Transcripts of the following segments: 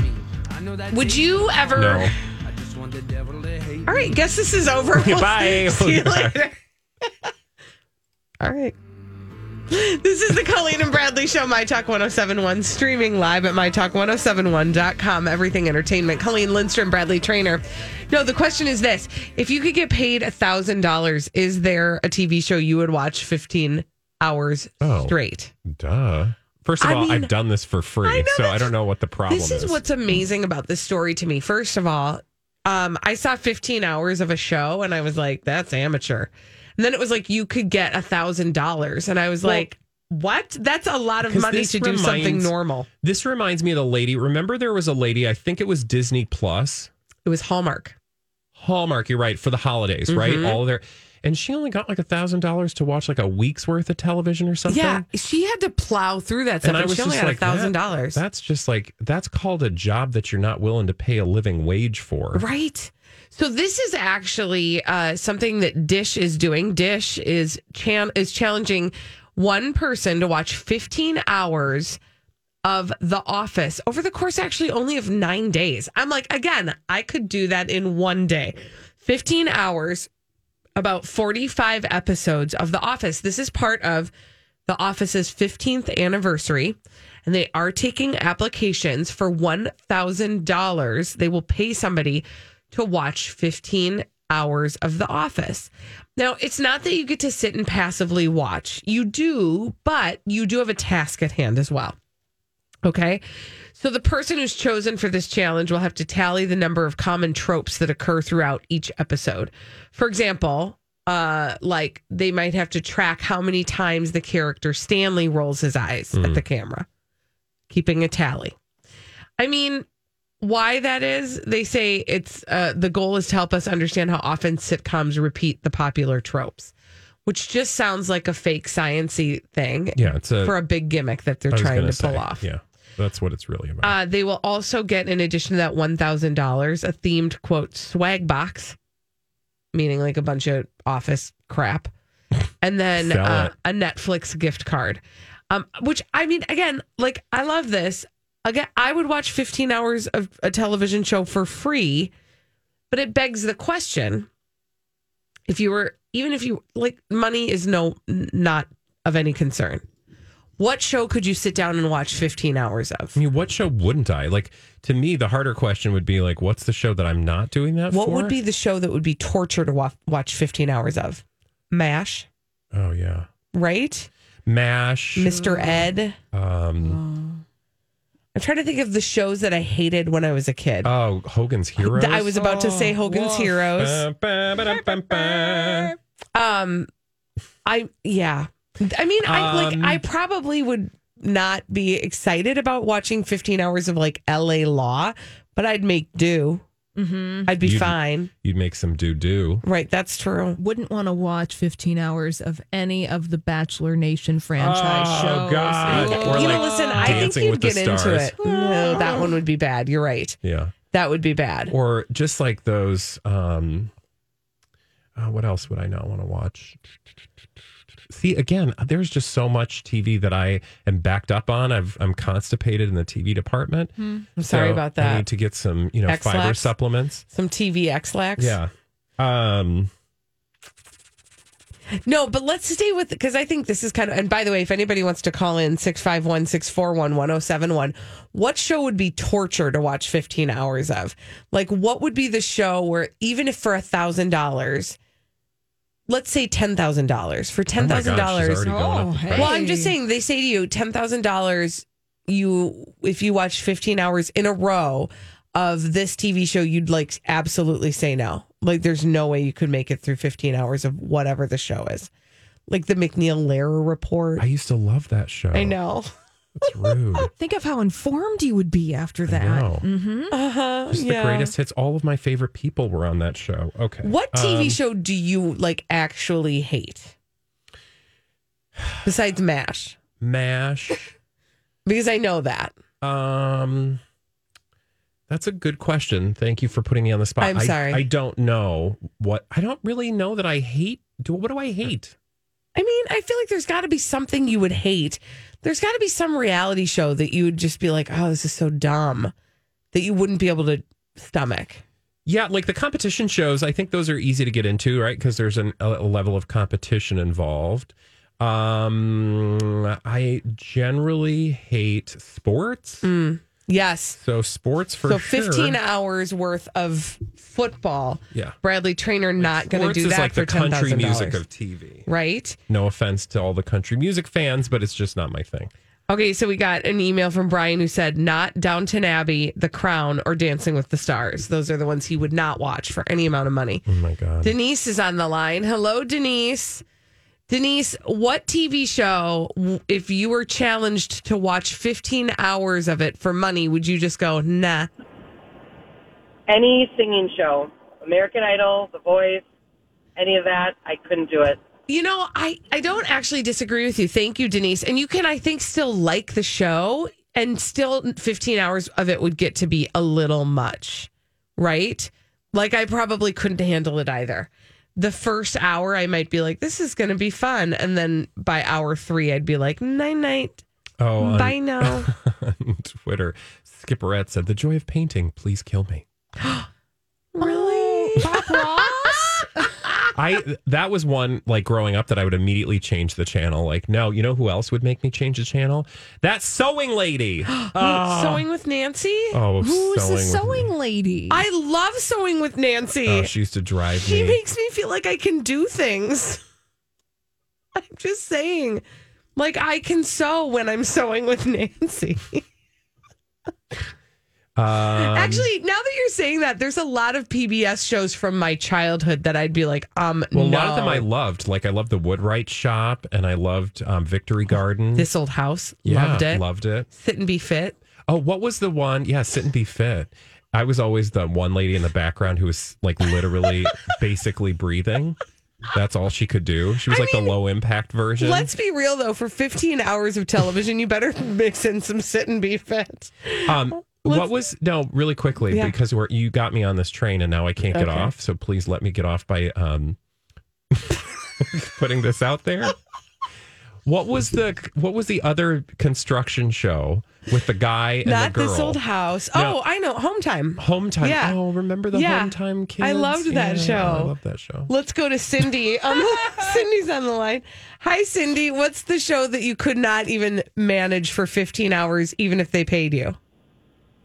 me. I know that Would you ever? No. I just want the devil to hate All right, guess this is over. We'll Goodbye. See you later. All right. This is the Colleen and Bradley Show, My Talk 1071, streaming live at MyTalk1071.com. Everything Entertainment. Colleen Lindstrom, Bradley Trainer. No, the question is this If you could get paid $1,000, is there a TV show you would watch 15 hours Oh. straight? Duh. First of I all, mean, I've done this for I free, know so I that's- don't know what the problem This is what's amazing about this story to me. First of all, um, I saw 15 hours of a show and I was like, that's amateur. And then it was like, you could get a thousand dollars. And I was like, what? That's a lot of 'cause money this to do something reminds- normal. This reminds me of the lady. Remember, there was a lady. I think it was Disney Plus, It was Hallmark. Hallmark. You're right for the holidays, Mm-hmm. right? All their, and she only got like a thousand dollars to watch like a week's worth of television or something. Yeah. She had to plow through that stuff And and, I was she only just had a like, that- thousand dollars. That's just like that's called a job that you're not willing to pay a living wage for. Right. So this is actually uh, something that Dish is doing. Dish is chan- is challenging one person to watch 15 hours of The Office over the course actually only of 9 days. I'm like again, I could do that in one day. 15 hours about 45 episodes of The Office. This is part of The Office's 15th anniversary, and they are taking applications for $1,000. They will pay somebody to watch 15 hours of The Office. Now, it's not that you get to sit and passively watch, you do, but you do have a task at hand as well. Okay. So the person who's chosen for this challenge will have to tally the number of common tropes that occur throughout each episode. For example, uh, like they might have to track how many times the character Stanley rolls his eyes at Hmm. the camera, keeping a tally. I mean, why that is, they say it's uh, the goal is to help us understand how often sitcoms repeat the popular tropes, which just sounds like a fake sciency thing Yeah, it's a. for a big gimmick that they're I was trying gonna to pull say, off. Yeah, that's what it's really about. Uh, they will also get, in addition to that $1,000, a themed quote swag box, meaning like a bunch of office crap, and then Sell uh, it. a Netflix gift card. Um, which I mean, again, like I love this. Again, I would watch 15 hours of a television show for free, but it begs the question if you were, even if you like money is no, n- not of any concern. What show could you sit down and watch 15 hours of? I mean, what show wouldn't I like? To me, the harder question would be like, what's the show that I'm not doing that What for? would be the show that would be torture to wa- watch 15 hours of? MASH, Oh yeah, right? Mash. Mr. Ed. Um, I'm trying to think of the shows that I hated when I was a kid. oh, Hogan's Heroes. Oh, Uh, I was about to say Hogan's Heroes. Ba, ba, ba, da, ba, ba. Um, I yeah. I mean, I like Um, I probably would not be excited about watching 15 hours of like LA Law, but I'd make do. hmm I'd be Mm-hmm. You'd- fine. You'd make some doo doo. Right, that's true. Wouldn't want to watch 15 hours of any of the Bachelor Nation franchise Oh, shows. God. Ooh. Or, you know, like, listen, I think Dancing you'd with the get into Stars. it. No, that one would be bad. You're right. Yeah, That would be bad. or just like those. Um, uh, what else would I not want to watch? See, again, there's just so much TV that I am backed up on. I've, I'm constipated in the TV department. I'm Hmm. sorry So about I that. need to get some, you know, fiber Xlax. supplements. Some TV X lax. Yeah. Um, No, but let's stay with because I think this is kind of. And by the way, if anybody wants to call in 651 641 1071, what show would be torture to watch 15 hours of? Like, what would be the show where even if for a thousand dollars, let's say ten thousand dollars for Oh ten my gosh, she's thousand dollars. already going up the Oh, price. Well, I'm just saying they say to you ten thousand dollars. You if you watch 15 hours in a row of this TV show, you'd like absolutely say no. Like there's no way you could make it through 15 hours of whatever the show is, like the McNeil Lehrer report. I used to love that show. I know. It's rude. Think of how informed you would be after that. know. Mm-hmm. Uh huh. Just the greatest hits. All of my favorite people were on that show. Okay. What TV Um, show do you like actually hate besides Mash? MASH. Because I know that. Um, that's a good question. Thank you for putting me on the spot. I'm I- sorry. I don't know what. I don't really know that I hate. Do what do I hate? I mean, I feel like there's got to be something you would hate. There's got to be some reality show that you would just be like, oh, this is so dumb that you wouldn't be able to stomach. Yeah, like the competition shows, I think those are easy to get into, right? Because there's an, a a level of competition involved. Um, I generally hate sports. Yes. So sports for Mm. so sure. 15 hours worth of football. Yeah. Bradley Trainer not going to Sports do is that like for the country $10,000. music of TV. right? No offense to all the country music fans, but it's just not my thing. Okay, so we got an email from Brian who said not Downton Abbey, The Crown, or Dancing with the Stars. Those are the ones he would not watch for any amount of money. Oh my god. Denise is on the line. Hello, Denise. Denise, what TV show, w- if you were challenged to watch 15 hours of it for money, would you just go, nah? any singing show, American Idol, The Voice, any of that, I couldn't do it. You know, I, I don't actually disagree with you. Thank you, Denise. And you can, I think, still like the show, and still 15 hours of it would get to be a little much, right? Like, I probably couldn't handle it either. The first hour, I might be like, this is going to be fun. And then by hour three, I'd be like, night, night. Oh, on- Bye now. on Twitter, Skipperette said, "The joy of painting, please kill me." really? I that was one like growing up that I would immediately change the channel. Like, no, you know who else would make me change the channel? That sewing lady. oh, sewing with Nancy? oh, Who's the with sewing me. lady? I love sewing with Nancy. Oh, she used to drive she me. makes me feel like I can do things. I'm just saying. Like I can sew when I'm sewing with Nancy. Um, Actually, now that you're saying that, there's a lot of PBS shows from my childhood that I'd be like, um, well, no. a lot of them I loved. Like, I loved the Woodwright Shop, and I loved um, Victory Garden. this old house Yeah, loved it. Loved it. Sit and be fit. Oh, what was the one? Yeah, sit and be fit. I was always the one lady in the background who was like literally basically breathing. That's all she could do. She was like the low impact version. Let's be real though. For 15 hours of television, you better mix in some sit and be fit. um, what was no really quickly Yeah. because we're, you got me on this train and now I can't get Okay. off. So please let me get off by um, putting this out there. What was the what was the other construction show with the guy and Not the girl? this old house. No. Oh, I know. Home time. Home time. Yeah. Oh, remember the Yeah. home time kids? I loved that Yeah, I show. love that show. Let's go to Cindy. On the, Cindy's on the line. Hi, Cindy. What's the show that you could not even manage for 15 hours, even if they paid you?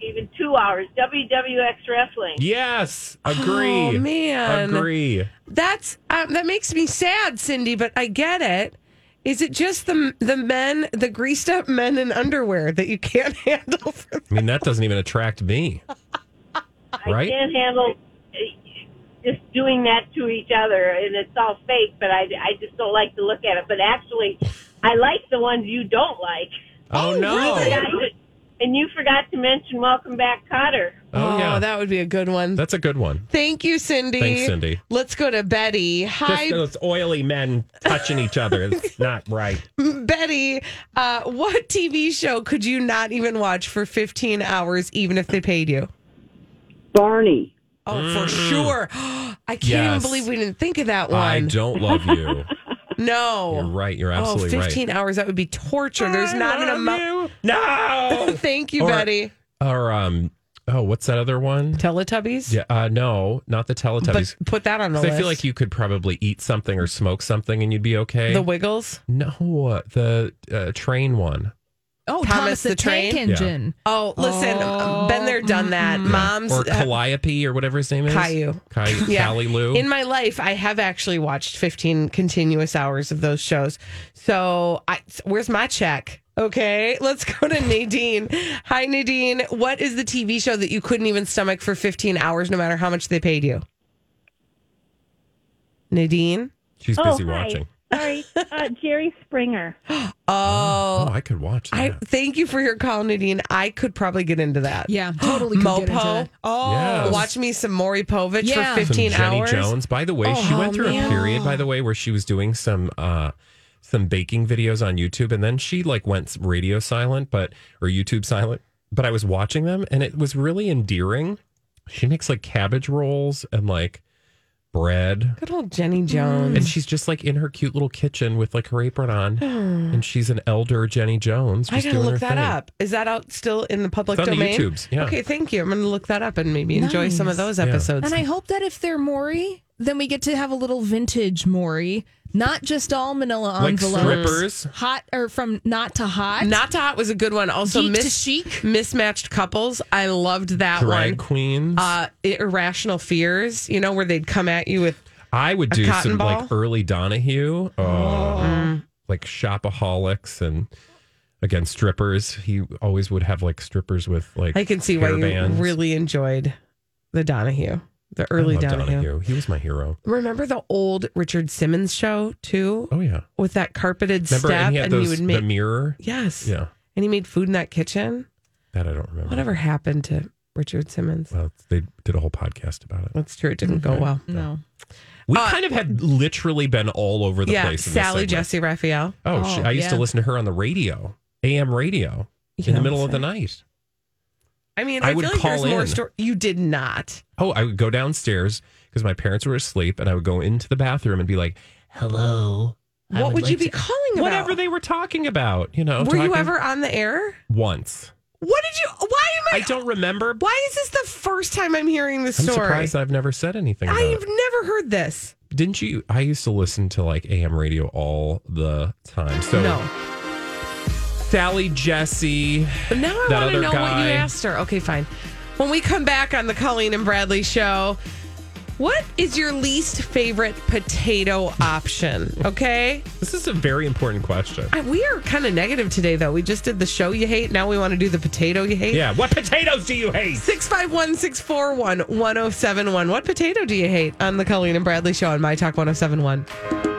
Even two hours, WWX wrestling. Yes, agree. Oh, man. agree. That's um, that makes me sad, Cindy. But I get it. Is it just the the men, the greased up men in underwear that you can't handle? For I mean, that doesn't even attract me, Oh, I right? can't handle eh, just doing that to each other, and it's all fake. But I, I just don't like to look at it. But actually, I like the ones you don't like. Oh, no! Yeah, you- And you forgot to mention Welcome Back, Cotter. Oh yeah, that would be a good one. that's a good one. Thank you, Cindy. Thanks, Cindy. Let's go to Betty. Hi, oily men touching each other. It's not right. Betty. Uh, what TV show could you not even watch for 15 hours, even if they paid you? Barney. Oh, for sure. I can't even Mm. Yes. believe we didn't think of that one. I don't love you. No. You're right. You're Oh, absolutely 15 hours. That would be torture. There's right. not an amount. No. Thank you, Or- Betty. or um, Oh, what's that other one? Teletubbies? Yeah, uh, no, not the But Teletubbies. put that on the 'Cause list. I feel like you could probably eat something or smoke something and you'd be okay. The Wiggles. no, uh, the uh, train one. Oh, Thomas Thomas, the the, Train? Tank Engine. Oh, listen, Oh, been there, done that. Mom's Mm-hmm. uh, or Calliope or whatever his name is. Caillou. Caillou. Yeah. Cali Lou. In my life, I have actually watched 15 continuous hours of those shows. So, I, where's my check? Okay, let's go to Nadine. Hi, Nadine. What is the TV show that you couldn't even stomach for 15 hours, no matter how much they paid you? Nadine? She's Oh, busy hi. watching. Sorry, uh, Jerry Springer. Oh, Oh, I could watch that. I thank you for your call, Nadine. I could probably get into that. Yeah, totally. could get into Mopo. that. Oh, Yes. watch me some Maury Povich Yeah. for Some some 15 Jenny hours. Jones. By the way, Oh, she went through man. a period, by the way, where she was doing some uh some baking videos on YouTube and then she like went radio silent but or YouTube silent. But I was watching them and it was really endearing. She makes like cabbage rolls and like bread. Good old Jenny Mm. Jones. And she's just like in her cute little kitchen with like her apron on. and she's an elder Jenny Jones. Hmm. I Just gotta doing her look that thing. up. Is that out still in the public It's on the domain? YouTubes, yeah. Okay, thank you. I'm gonna look that up and maybe enjoy some of those Yeah. episodes. And I hope that if they're Maury, then we get to have a little vintage Maury, not just all Manila Like envelopes. strippers. Hot or from not to hot. Not to Hot was a good one. Also, Geek to mis- Chic? mismatched couples. I loved that Drag one. queens. Uh, irrational fears. You know where they'd come at you with I would do cotton some ball? Oh. like early Donahue, uh, like shopaholics and again strippers. He always would have like strippers with like. I can see why hair you bands. really enjoyed the Donahue, the I early love Donahue. He was my hero. Remember the old Richard Simmons show too, Oh yeah, with that carpeted remember? step, and he had those would make the mirror. yes, Yeah, and he made food in that kitchen. that I don't remember. Whatever happened to Richard Simmons? Well, mm-hmm. they did a whole podcast about it. That's true. It didn't go well. No. We Uh, kind of had literally been all over the yeah, place. in this Sally segment. Jesse Raphael. Oh, she, Oh, I used to yeah. listen to her on the radio, AM radio, You in the know, middle of the so- night. I mean, I, I would feel like there's call more in. story. You did not. Oh, I would go downstairs because my parents were asleep, and I would go into the bathroom and be like, "Hello." I What would like you be to-" calling about? Whatever they were talking about, you know. Were you talking- ever on the air? once? What did you? Why I am I? don't remember. why is this the first time I'm hearing this I'm story? surprised I've never said anything. About I've it. never heard this. Didn't you? I used to listen to like AM radio all the time. So no. Sally Jesse. But now I want that to other know what you guy. asked her. Okay, fine. When we come back on the Colleen and Bradley show, what is your least favorite potato option? Okay. This is a very important question. I- we are kind of negative today, though. We just did the show you hate. Now we want to do the potato you hate. Yeah. What potatoes do you hate? 651 oh oh 641 1071. What potato do you hate on the Colleen and Bradley show on My Talk 1071?